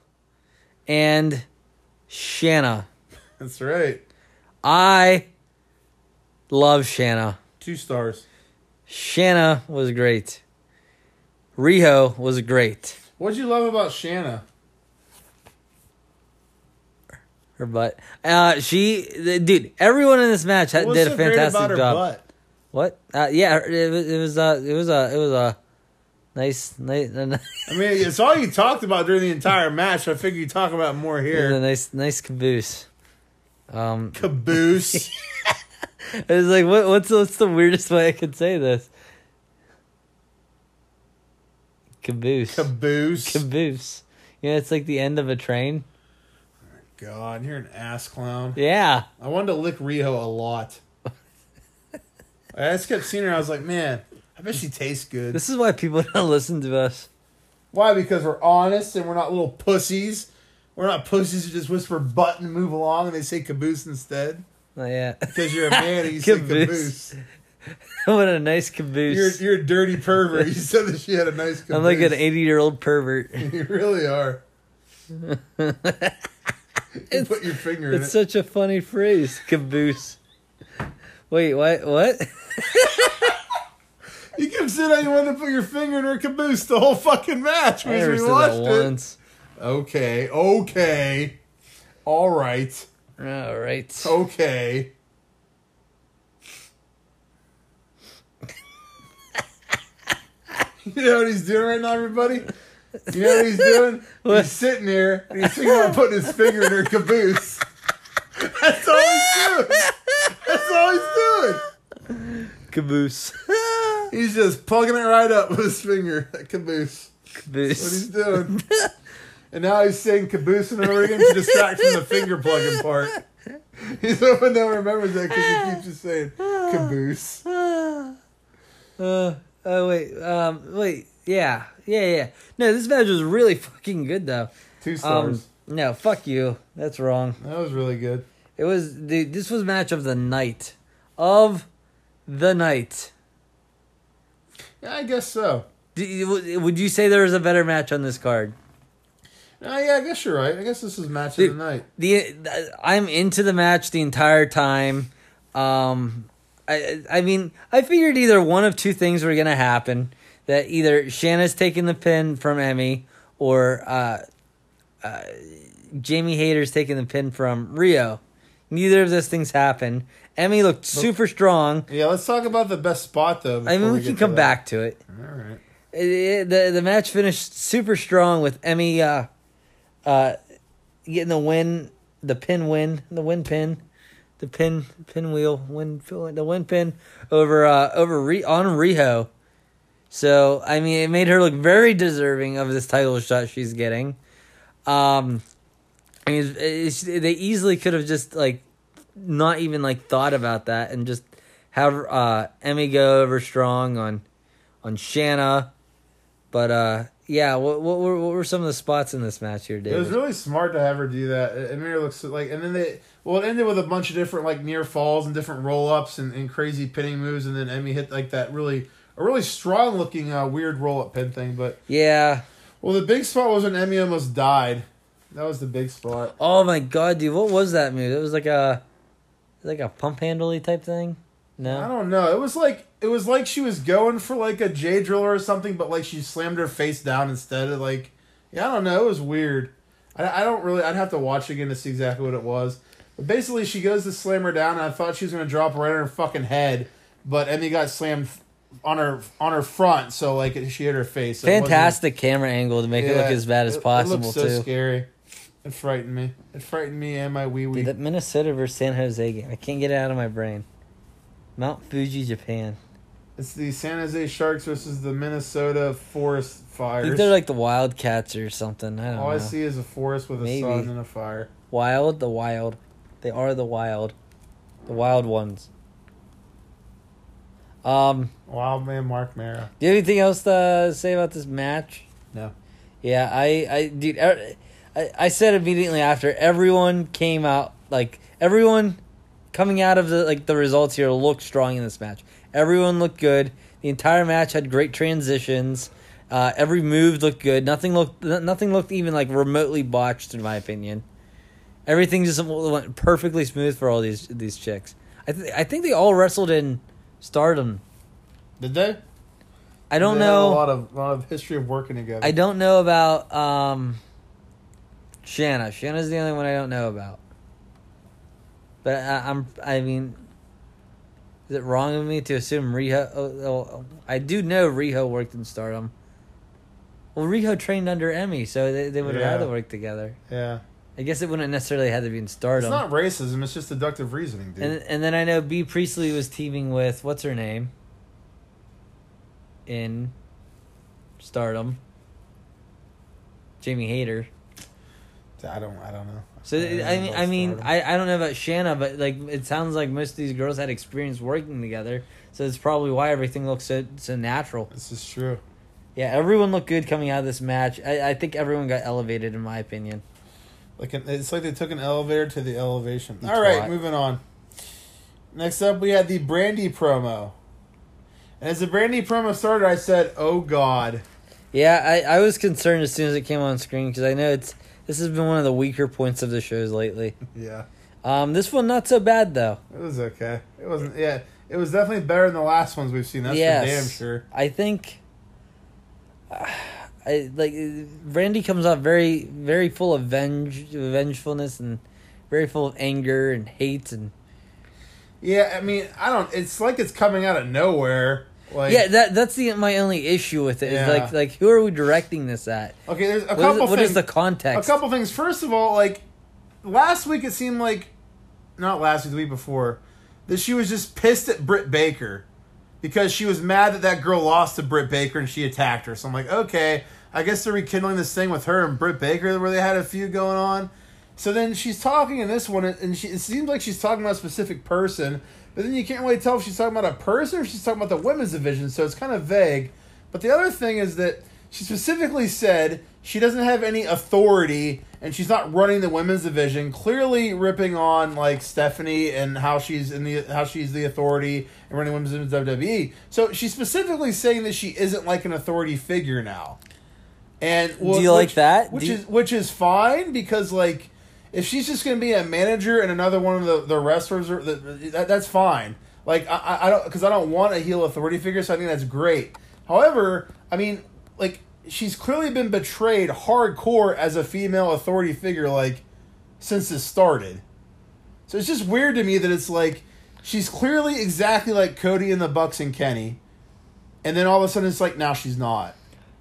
S1: and Shanna.
S2: That's right.
S1: I love Shanna.
S2: Two stars.
S1: Shanna was great. Rio was great.
S2: What'd you love about Shanna?
S1: Her butt. Uh, she, th- dude. Everyone in this match had,
S2: What's
S1: did a
S2: so great
S1: fantastic
S2: about her
S1: job.
S2: butt?
S1: What? Uh, yeah, it was. It was. Uh, it was a. It was a nice, nice, nice,
S2: I mean, it's all you talked about during the entire match. I figure you talk about more
S1: a
S2: here.
S1: nice, nice caboose. Um,
S2: Caboose.
S1: I was like, what? What's what's the weirdest way I could say this? Caboose.
S2: Caboose.
S1: caboose. Yeah, it's like the end of a train.
S2: God, you're an ass clown.
S1: Yeah.
S2: I wanted to lick Rio a lot. I just kept seeing her. I was like, man, I bet she tastes good.
S1: This is why people don't listen to us.
S2: Why? Because we're honest and we're not little pussies. We're not pussies who just whisper butt and move along and they say caboose instead.
S1: Not yet.
S2: Because you're a man and you say
S1: Caboose.
S2: caboose.
S1: what a nice
S2: You're,
S1: caboose.
S2: you're a dirty pervert. You said that she had a nice caboose.
S1: I'm like an 80 year old pervert.
S2: You really are. you put your finger in it.
S1: It's such a funny phrase, caboose. Wait, what? What?
S2: you kept saying how you wanted to put your finger in her caboose the whole fucking match.
S1: I
S2: We
S1: never
S2: we
S1: said that
S2: watched it.
S1: once.
S2: Okay, okay. All right,
S1: All right.
S2: Oh. okay. you know what he's doing right now, everybody? You know what he's doing?
S1: What?
S2: He's sitting there and he's thinking about putting his finger in her caboose. That's all he's doing. That's all he's doing.
S1: Caboose.
S2: He's just plugging it right up with his finger. That caboose. That's what he's
S1: Caboose.
S2: doing. and now he's saying caboose and over again to distract from the finger plugging part. He's hoping no one remembers that because he keeps just saying caboose.
S1: Ah. Uh, oh wait, um, wait, yeah, yeah, yeah. No, this match was really fucking good though.
S2: Two
S1: Um,
S2: stars.
S1: no, fuck you. That's wrong.
S2: that was really good.
S1: It was dude. This was match of the night, of the night.
S2: Yeah, I guess so.
S1: Do you- Would you say there was a better match on this card?
S2: Oh, yeah, I guess you're right. I guess this is match
S1: Dude.
S2: of the night.
S1: the I'm into the match the entire time. Um, I I mean I figured either one of two things were gonna happen that either Shanna's taking the pin from Emmy or uh, uh, Jamie Hayter's taking the pin from Rio. Neither of those things happened. Emmy looked super strong.
S2: Yeah, let's talk about the best spot though.
S1: I mean
S2: before
S1: we
S2: get
S1: can
S2: to
S1: come
S2: that.
S1: back to it.
S2: All right.
S1: It- it- the the match finished super strong with Emmy uh, uh, getting the win, the pin win, the win pin, the pin pinwheel win the win pin over uh, over Re- on Riho. So I mean, it made her look very deserving of this title shot she's getting. Um, I mean, it's, it's- they easily could have just like not even like thought about that and just have uh, Emmy go over strong on on Shanna. But uh, yeah, what what were what were some of the spots in this match here,
S2: It was
S1: David?
S2: really smart to have her do that. It, it made her look so, like, and then they well, it ended with a bunch of different like near falls and different roll ups and, and crazy pinning moves, and then Emmy hit like that really a really strong looking uh, weird roll up pin thing. But
S1: yeah.
S2: well, the big spot was when Emmy almost died. That was the big spot.
S1: Oh my god, dude, what was that move? It was like a like a pump handly type thing.
S2: I
S1: No.
S2: don't know. It was like it was like she was going for like a J driller or something, but like she slammed her face down instead of like yeah, I don't know. It was weird. I, I don't really. I'd have to watch again to see exactly what it was. But basically, she goes to slam her down, and I thought she was gonna drop right on her fucking head, but Emmy got slammed on her on her front, so like she hit her face. It wasn't-
S1: Fantastic camera angle to make it look
S2: Yeah,
S1: as bad as
S2: it- It
S1: possible
S2: looked so
S1: too.
S2: scary. It frightened me. It frightened me and my wee wee.
S1: Dude, that Minnesota versus San Jose game, I can't get it out of my brain. Mount Fuji, Japan.
S2: It's the San Jose Sharks versus the Minnesota Forest
S1: I think
S2: Fires.
S1: they're like the Wildcats or something. I don't
S2: All Oh, I
S1: know.
S2: see is a forest with a
S1: Uh, Maybe.
S2: sun and a fire.
S1: Wild, the wild. They are the wild. The wild ones. Um,
S2: Wild man Mark Mara.
S1: do you have anything else to say about this match?
S2: No.
S1: Yeah, I, I, dude, er- I, I said immediately after everyone came out, like everyone coming out of the like the results here looked strong in this match. Everyone looked good. The entire match had great transitions. Uh, every move looked good. Nothing looked, no- nothing looked even like remotely botched in my opinion. Everything just went perfectly smooth for all these these chicks. I th- I think they all wrestled in Stardom.
S2: Did they?
S1: I don't
S2: They have
S1: know.
S2: a lot of lot of history of working together.
S1: I don't know about um Shanna. Shanna's the only one I don't know about. But I, I'm I mean is it wrong of me to assume Riho oh, oh, I do know Riho worked in Stardom. Well, Riho trained under Emmy, so they, they would
S2: Yeah.
S1: rather work together.
S2: Yeah.
S1: I guess it wouldn't necessarily have to be in
S2: It's
S1: Stardom.
S2: not racism. It's just deductive reasoning, dude.
S1: and and then I know B Priestley was teaming with what's her name in Stardom. Jamie Hayter.
S2: I don't. I don't know.
S1: So
S2: don't know
S1: I mean,
S2: about
S1: I mean,
S2: stardom.
S1: I, I don't know about Shanna, but like it sounds like most of these girls had experience working together, so it's probably why everything looks so so natural.
S2: this is true.
S1: Yeah, everyone looked good coming out of this match. I, I think everyone got elevated in my opinion.
S2: Like an, it's like they took an elevator to the elevation.
S1: You
S2: All right,
S1: twat.
S2: moving on. Next up, we had the Brandy promo. And as the Brandy promo started, I said, "Oh God."
S1: Yeah, I, I was concerned as soon as it came on screen because I know it's this has been one of the weaker points of the shows lately.
S2: Yeah,
S1: Um, this one not so bad though.
S2: it was okay. It wasn't. Yeah, it was definitely better than the last ones we've seen. That's
S1: Yes.
S2: for damn sure.
S1: I think. I like Randy comes off very very full of venge vengefulness and very full of anger and hate and
S2: Yeah, I mean, I don't. It's like it's coming out of nowhere. Like,
S1: yeah that that's the my only issue with it is
S2: Yeah.
S1: like like who are we directing this at
S2: okay, there's a
S1: What is-
S2: couple.
S1: what
S2: things.
S1: is the
S2: a
S1: context
S2: couple things. First of all, like last week, it seemed like not last week, the week before, that she was just pissed at Britt Baker because she was mad that that girl lost to Britt Baker and she attacked her. So I'm like, okay, I guess they're rekindling this thing with her and Britt Baker where they had a feud going on. So then she's talking in this one, and she, it seems like she's talking about a specific person, but then you can't really tell if she's talking about a person or if she's talking about the women's division. So it's kind of vague. But the other thing is that she specifically said she doesn't have any authority and she's not running the women's division, clearly ripping on like Stephanie and how she's in the how she's the authority and running women's division in WWE. E. So she's specifically saying that she isn't like an authority figure now. And
S1: Do you like that?
S2: Which
S1: Do you-
S2: is which is fine because like if she's just going to be a manager and another one of the the wrestlers, or the, that, that's fine. Like I- I, I don't because I don't want a heel authority figure, so I think that's great. However, I mean, like she's clearly been betrayed hardcore as a female authority figure, like since this started. So it's just weird to me that it's like she's clearly exactly like Cody and the Bucks and Kenny, and then all of a sudden it's like now she's not,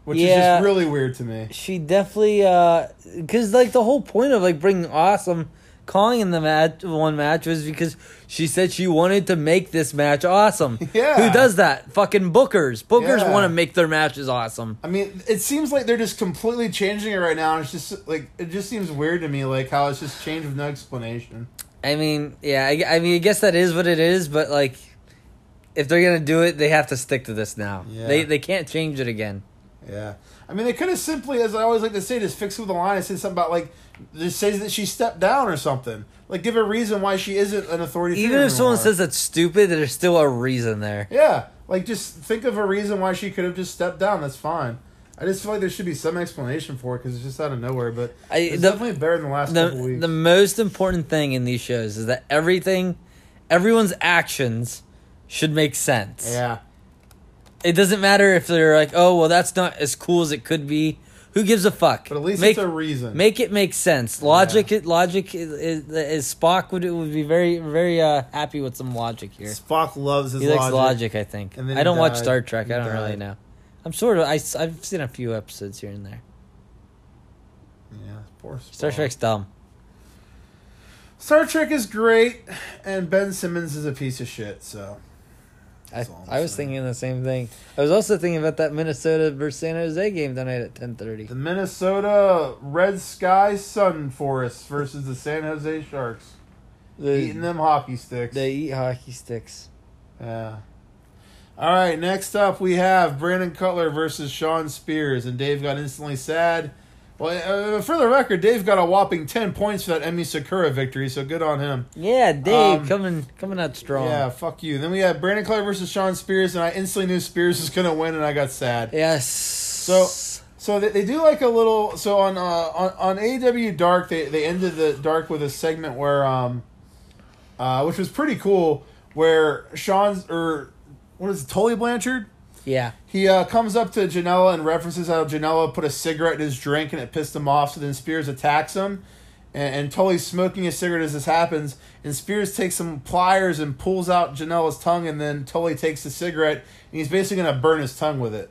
S2: which is
S1: Yeah.
S2: just really weird to me.
S1: she definitely uh because like the whole point of like bringing awesome calling in the match one match was because she said she wanted to make this match awesome
S2: Yeah.
S1: who does that fucking bookers bookers
S2: Yeah.
S1: want to make their matches awesome
S2: I mean, it seems like they're just completely changing it right now. And it's just like it just seems weird to me, like how it's just changed with no explanation.
S1: i mean yeah i, I mean i guess that is what it is but like if they're gonna do it they have to stick to this now
S2: Yeah.
S1: they they can't change it again
S2: Yeah, I mean, they could have simply, as I always like to say, just fix it with a line and say something about like just says that she stepped down or something. Like, give a reason why she isn't an authority.
S1: even
S2: figure
S1: if someone
S2: anymore.
S1: says that's stupid there's still a reason there
S2: yeah, like just think of a reason why she could have just stepped down. That's fine. I just feel like there should be some explanation for it because it's just out of nowhere. But
S1: I-
S2: it's
S1: the-
S2: definitely better than the last couple
S1: the,
S2: weeks.
S1: the most important thing in these shows is that everything everyone's actions should make sense
S2: yeah,
S1: it doesn't matter if they're like oh well that's not as cool as it could be Who gives a fuck?
S2: But at least
S1: make,
S2: it's a reason.
S1: make it make sense. Logic, logic is, is, is Spock would would be very very uh, happy with some logic here.
S2: Spock loves his
S1: He likes logic,
S2: logic.
S1: I think.
S2: And then
S1: I
S2: he
S1: don't watch
S2: died.
S1: Star Trek.
S2: He
S1: I don't really
S2: died.
S1: know. I'm sort of. I, have seen a few episodes here and there.
S2: Yeah, poor Spock.
S1: Star Trek's dumb.
S2: Star Trek is great, and Ben Simmons is a piece of shit. So
S1: I,
S2: That's all I'm
S1: I was
S2: saying.
S1: thinking the same thing. I was also thinking about that Minnesota versus San Jose game tonight at ten thirty.
S2: the Minnesota Red Sky Sun Forest versus the San Jose Sharks, eating them hockey sticks.
S1: They eat hockey sticks.
S2: Yeah. All right, next up we have Brandon Cutler versus Sean Spears, and Dave got instantly sad. Well, uh, for the record, Dave got a whopping 10 points for that Emmy Sakura victory, so good on him.
S1: Yeah, Dave
S2: Um,
S1: coming coming out strong.
S2: Yeah, fuck you. Then we had Brandon Cutler versus Sean Spears, and I instantly knew Spears was going to win, and I got sad.
S1: Yes.
S2: So- So they, they do like a little. So on uh, on on AW Dark, they they ended the Dark with a segment where um, uh, which was pretty cool, where Sean's or what is it, Tully Blanchard?
S1: yeah,
S2: He uh, comes up to Janela and references how Janela put a cigarette in his drink and it pissed him off. So then Spears attacks him, and, and Tully's smoking a cigarette as this happens. And Spears takes some pliers and pulls out Janela's tongue, and then Tully takes the cigarette and he's basically gonna burn his tongue with it.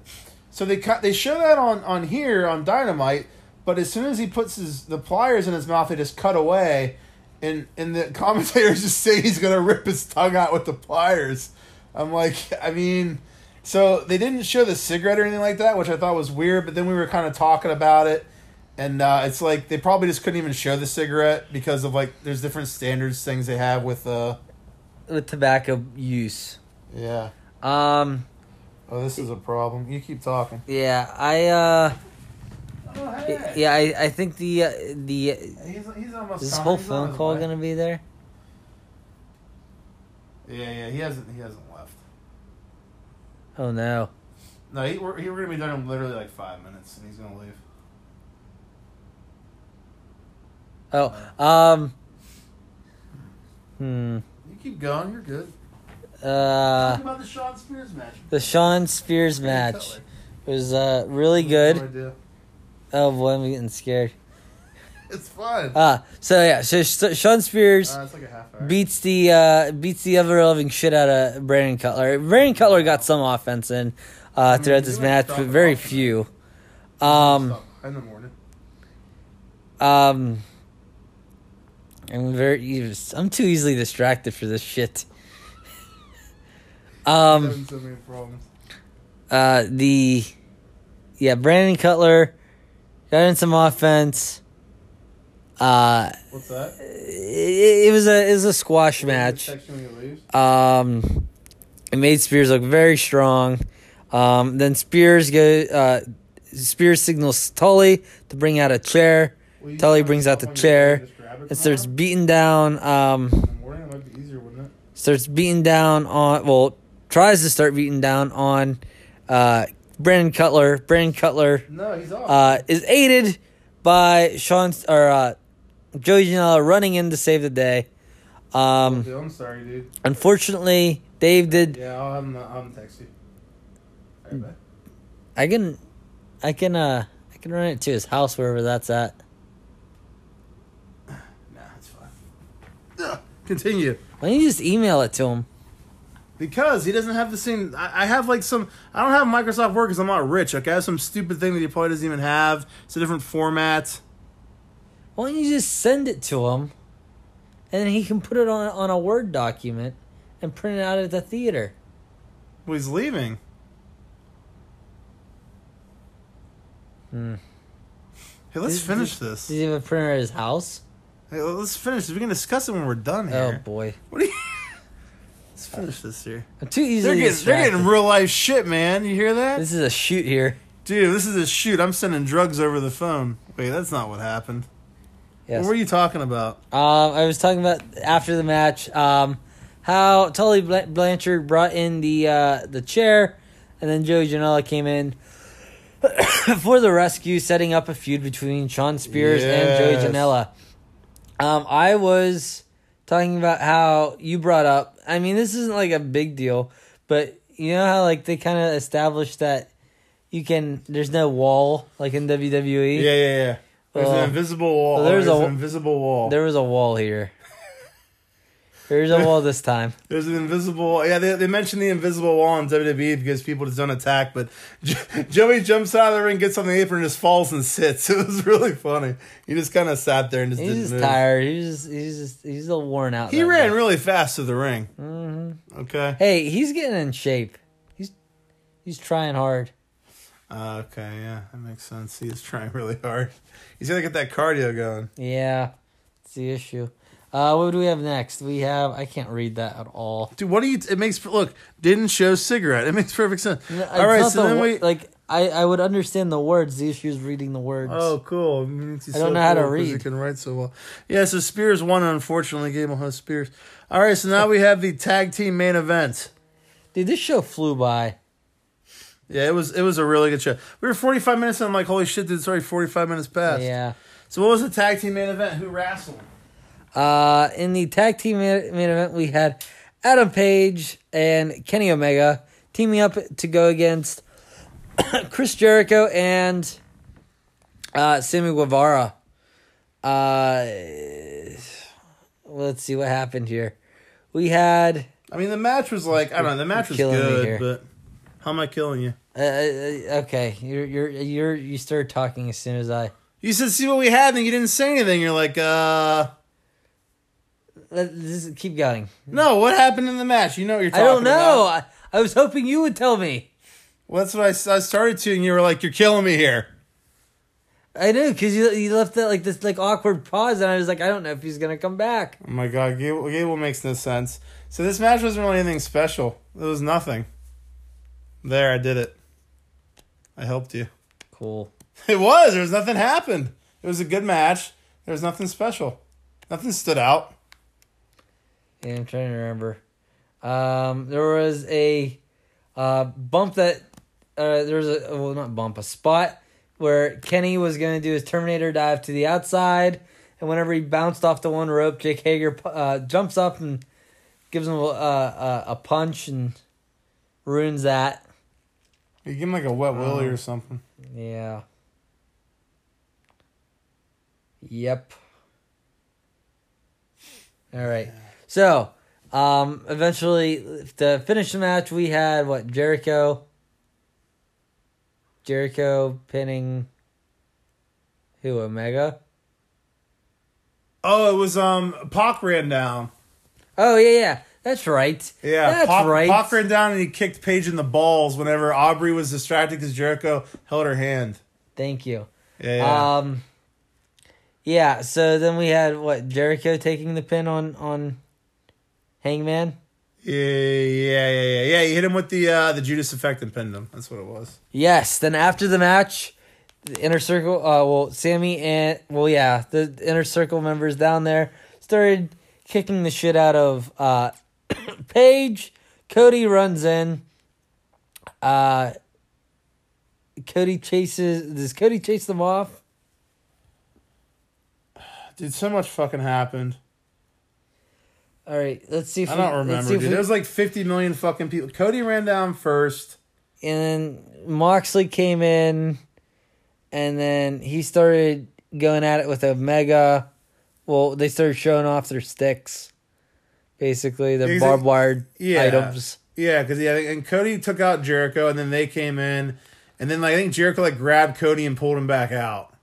S2: So they cut. They show that on on here on Dynamite, but as soon as he puts his the pliers in his mouth, they just cut away, and and the commentators just say he's gonna rip his tongue out with the pliers. I'm like, I mean, so they didn't show the cigarette or anything like that, which I thought was weird. But then we were kind of talking about it, and uh, it's like they probably just couldn't even show the cigarette because of like there's different standards things they have with uh
S1: with tobacco use.
S2: yeah.
S1: Um.
S2: Oh, this is a problem. You keep talking.
S1: Yeah. I. uh
S2: Oh,
S1: Yeah. I. I think the uh, the
S2: He's, he's almost
S1: is this
S2: on-
S1: whole
S2: he's on
S1: phone
S2: his
S1: call
S2: way.
S1: gonna be there?
S2: Yeah, yeah, he hasn't he hasn't left.
S1: Oh no.
S2: No, he we're, he, we're gonna be done in literally like five minutes, and he's gonna leave.
S1: Oh. Um. Hmm.
S2: You keep going, you're good.
S1: Uh.
S2: Talk about the Sean Spears match.
S1: The Sean Spears match was uh really good. Oh boy, I'm getting scared.
S2: It's fun.
S1: Ah. So yeah. So, so Sean Spears.
S2: it's like a half hour.
S1: beats the uh, beats the ever loving shit out of Brandon Cutler. Brandon Cutler got some offense in uh,
S2: mean,
S1: throughout
S2: Mm, he
S1: this
S2: was
S1: match, but
S2: dropping
S1: very
S2: offense.
S1: few. Um,
S2: in the morning.
S1: um, I'm very I'm too easily distracted for this shit. Um,
S2: so many problems.
S1: uh, the yeah, Brandon Cutler got in some offense. Uh,
S2: What's that?
S1: it, it was a it was a squash match. Um, it made Spears look very strong. Um, then Spears go. Uh, Spears signals Tully to bring out a chair Tully brings out the chair and starts beating down. Um, starts beating down on. Well, tries to start beating down on. Uh, Brandon Cutler. Brandon Cutler
S2: No, he's off.
S1: uh, is aided by Sean or uh, Joey Janela running in to save the day. Um,
S2: Dude, I'm sorry, dude.
S1: unfortunately, Dave did
S2: Yeah, I'll have him. I'll have him text you. All
S1: Hmm.
S2: right, bye.
S1: I can, I can, uh, I can run it to his house wherever that's at.
S2: Nah, it's fine. Ugh, Continue.
S1: Why don't you just email it to him?
S2: Because he doesn't have the same. I, I have like some. I don't have Microsoft Word because I'm not rich. Like I have some stupid thing that he probably doesn't even have. It's a different format.
S1: Why don't you just send it to him, and then he can put it on on a Word document and print it out at the theater.
S2: Well, he's leaving.
S1: Hmm.
S2: Hey, let's
S1: This-
S2: finish this.
S1: Does he have a printer at his house?
S2: Hey, let's finish this. We can discuss it when we're done
S1: Oh
S2: here.
S1: boy,
S2: What are you? let's finish this here.
S1: I'm too
S2: They're
S1: easily
S2: getting, they're
S1: distracted.
S2: getting real life shit, man. You hear that?
S1: this is a shoot here.
S2: Dude, this is a shoot. I'm sending drugs over the phone. Wait, that's not what happened.
S1: Yes.
S2: What were you talking about?
S1: Um, I was talking about after the match, um, how Tully Bl- Blanchard brought in the uh, the chair, and then Joey Janela came in for the rescue, setting up a feud between Sean Spears
S2: Yes.
S1: and Joey Janela. Um, I was talking about how you brought up. I mean, this isn't like a big deal, but you know how like they kind of established that you can. There's no wall like in E? WWE.
S2: Yeah, yeah, yeah. There's
S1: Uh,
S2: an invisible wall.
S1: well,
S2: there's,
S1: there's a-
S2: an invisible wall.
S1: There was a wall here. There's a wall this time.
S2: There's an invisible. Yeah, they, they mentioned the invisible wall in WWE because people just don't attack. But Jo- Joey jumps out of the ring, gets on the apron, just falls and sits. It was really funny. He just kind of sat there and just didn't
S1: He's just
S2: move.
S1: tired. He's just, he's just, he's a little worn out.
S2: He
S1: that
S2: ran
S1: day.
S2: really fast to the ring.
S1: Mm-hmm.
S2: Okay.
S1: Hey, he's getting in shape. He's he's trying hard.
S2: Uh, okay. Yeah, that makes sense. He's trying really hard. He's gonna get that cardio going.
S1: Yeah, it's the issue. Uh, what do we have next? We have I can't read that at all.
S2: Dude, what do you? It makes look didn't show cigarette. It makes perfect sense.
S1: It's
S2: All right,
S1: not
S2: so
S1: the
S2: then
S1: wo-
S2: we.
S1: like I I would understand the words. The issue is reading the words.
S2: Oh, cool. It means he's
S1: I don't
S2: so
S1: know how to
S2: cool 'cause He
S1: read.
S2: can write so well. Yeah, so Spears won, unfortunately. Gable host Spears. All right, so now we have the tag team main event.
S1: dude, this show flew by.
S2: Yeah, it was it was a really good show. We were 45 minutes and I'm like, holy shit, dude, it's already 45 minutes past.
S1: Yeah.
S2: So what was the tag team main event? Who wrestled?
S1: Uh, in the tag team ma- main event, we had Adam Page and Kenny Omega teaming up to go against Chris Jericho and uh, Sammy Guevara. Uh, let's see what happened here. We had
S2: I mean, the match was like, I don't know, the match was
S1: Killing me
S2: good,
S1: here.
S2: but how am I killing you?
S1: uh, uh, okay. You're you're you're you started talking as soon as I.
S2: You said, see what we had, and you didn't say anything. You're like, uh,
S1: Let, this, keep going.
S2: no, what happened in the match? You know what you're
S1: I don't
S2: talking
S1: know.
S2: about.
S1: I, I was hoping you would tell me.
S2: Well, that's what I, s- I started to, and you were like, you're killing me here.
S1: I know because you you left that like this like awkward pause, and I was like, I don't know if he's gonna come back.
S2: Oh my god, Gable, Gable makes no sense. So this match wasn't really anything special. It was nothing. There, I did it. I helped you.
S1: Cool.
S2: It was. There was nothing happened. It was a good match. There was nothing special. Nothing stood out.
S1: Yeah, I'm trying to remember. Um, there was a uh, bump that uh, there was a well, not bump, a spot where Kenny was gonna do his Terminator dive to the outside, and whenever he bounced off the one rope, Jake Hager uh, jumps up and gives him a, uh, a, a punch and ruins that.
S2: You give him like a wet willy or something.
S1: Yeah. Yep. All right. So, um, eventually, to finish the match, we had what Jericho. Jericho pinning. Who Omega?
S2: Oh, it was um Pac ran down.
S1: Oh yeah, yeah. That's right.
S2: Yeah,
S1: that's
S2: Pac,
S1: right.
S2: Pac ran down and he kicked Paige in the balls whenever Aubrey was distracted because Jericho held her hand.
S1: Thank you.
S2: Yeah, yeah.
S1: Um. Yeah. So then we had what Jericho taking the pin on on Hangman.
S2: yeah, yeah, yeah, yeah, yeah. He hit him with the uh, the Judas effect and pinned him. That's what it was.
S1: Yes. Then after the match, the inner circle. Uh, well, Sammy and well, yeah, the inner circle members down there started kicking the shit out of uh, Paige. Cody runs in. Uh, Cody chases. Does Cody chase them off?
S2: Dude, so much fucking happened.
S1: All right. Let's see. If
S2: I
S1: we-
S2: don't
S1: Let's
S2: remember,
S1: see if
S2: dude.
S1: we-
S2: There was like 50 million fucking people. Cody ran down first.
S1: and then Moxley came in, and then he started going at it with Omega. Well, they started showing off their sticks, basically their
S2: Is it-
S1: barbed wire
S2: Yeah.
S1: items.
S2: Yeah, because yeah, and Cody took out Jericho, and then they came in, and then like, I think Jericho like grabbed Cody and pulled him back out.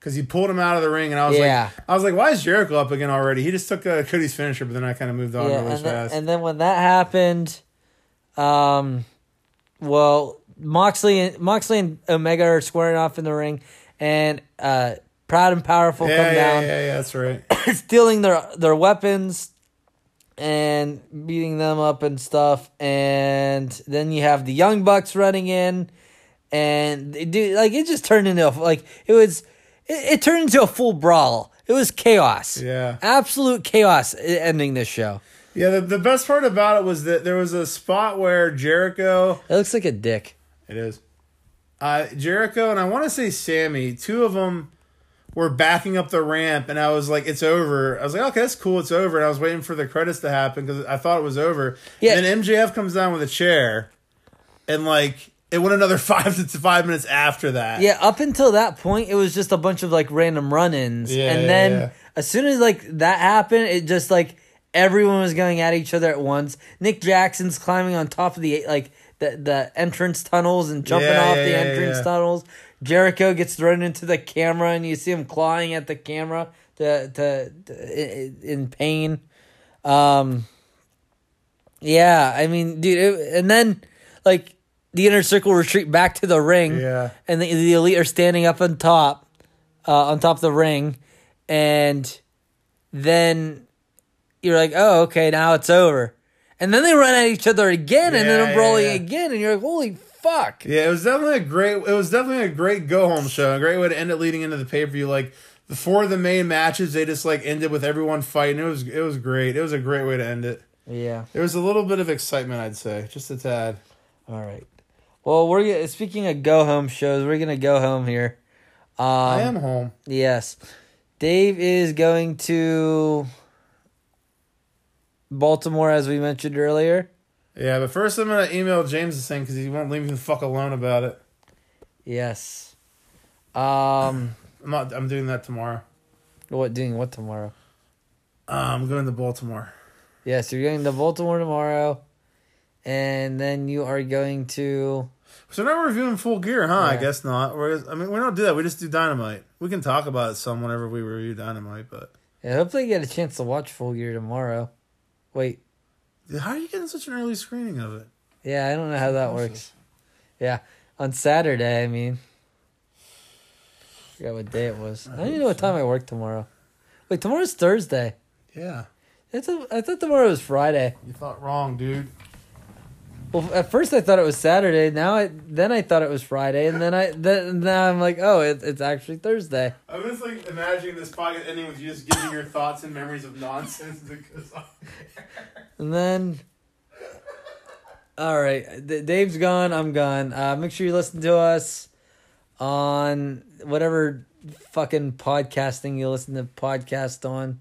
S2: Cause he pulled him out of the ring, and I was
S1: Yeah.
S2: like, I was like, why is Jericho up again already? He just took uh, Cody's finisher, but then I kind of moved on
S1: yeah,
S2: really
S1: and then,
S2: fast.
S1: and then when that happened, um, well, Moxley and Moxley and Omega are squaring off in the ring, and uh, Proud and Powerful
S2: yeah,
S1: come
S2: yeah,
S1: down.
S2: yeah, yeah, that's right.
S1: stealing their their weapons and beating them up and stuff and then you have the young bucks running in and they do like it just turned into a, like it was it, it turned into a full brawl it was chaos
S2: Yeah.
S1: absolute chaos e- ending this show
S2: Yeah, the, the best part about it was that there was a spot where Jericho
S1: it looks like a dick
S2: It is. Uh, Jericho and I want to say Sammy, two of them were backing up the ramp, and I was like, "It's over." I was like, "Okay, that's cool, it's over." And I was waiting for the credits to happen because I thought it was over.
S1: Yeah.
S2: And then MJF comes down with a chair, and like It went another five to five minutes after that.
S1: Yeah, up until that point, it was just a bunch of like random run-ins,
S2: Yeah,
S1: and
S2: yeah,
S1: then
S2: yeah.
S1: as soon as like that happened, it just like everyone was going at each other at once. Nick Jackson's climbing on top of the like the the entrance tunnels and jumping
S2: Yeah,
S1: off
S2: yeah,
S1: the
S2: yeah,
S1: entrance
S2: yeah.
S1: tunnels. Jericho gets thrown into the camera, and you see him clawing at the camera to to, to in- in pain. Um, yeah, I mean, dude, it, and then like the inner circle retreat back to the ring.
S2: Yeah.
S1: and the, the elite are standing up on top, uh, on top of the ring, and then you're like, oh, okay, now it's over. And then they run at each other again, and
S2: Yeah,
S1: then
S2: yeah,
S1: I'm brawling
S2: yeah.
S1: again, and you're like, holy fuck.
S2: Yeah, it was definitely a great. It was definitely a great go home show. A great way to end it, leading into the pay per view. Like the four of the main matches, they just like ended with everyone fighting. It was it was great. It was a great way to end it.
S1: Yeah.
S2: There was a little bit of excitement, I'd say, just a tad.
S1: All right. Well, we're gonna- speaking of go home shows. We're gonna go home here. Um,
S2: I am home.
S1: Yes. Dave is going to Baltimore, as we mentioned earlier.
S2: Yeah, but first I'm gonna email James this thing because he won't leave me the fuck alone about it.
S1: Yes. Um,
S2: I'm not. I'm doing that tomorrow.
S1: what doing what tomorrow?
S2: Uh, I'm going to Baltimore.
S1: Yes, you're going to Baltimore tomorrow, and then you are going to.
S2: So now we're reviewing Full Gear, huh? I
S1: Yeah.
S2: guess not. We're just, I mean, we don't do that. We just do Dynamite. We can talk about it some whenever we review Dynamite, but
S1: Yeah, hopefully, you get a chance to watch Full Gear tomorrow. Wait,
S2: how are you getting such an early screening of it?
S1: yeah, I don't know how that works. Yeah, on Saturday, I mean. forgot what day it was. I don't even know what time I work tomorrow. Wait, tomorrow's Thursday.
S2: Yeah.
S1: I thought, I thought tomorrow was Friday.
S2: You thought wrong, dude.
S1: Well, at first I thought it was Saturday. Now, I, then I thought it was Friday, and then I, then now I'm like, oh, it, it's actually Thursday.
S2: I'm just like imagining this podcast ending with you just giving your thoughts and memories of nonsense that goes on.
S1: And then, all right, D- Dave's gone. I'm gone. Uh, make sure you listen to us on whatever fucking podcasting you listen to podcast on.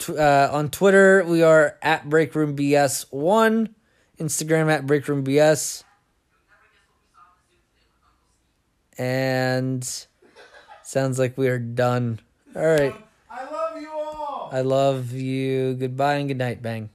S1: Tw- uh, on Twitter, we are at Breakroom BS one. Instagram at Breakroom BS. And sounds like we are done. All right.
S2: I love you all.
S1: I love you. Goodbye and good night, bang.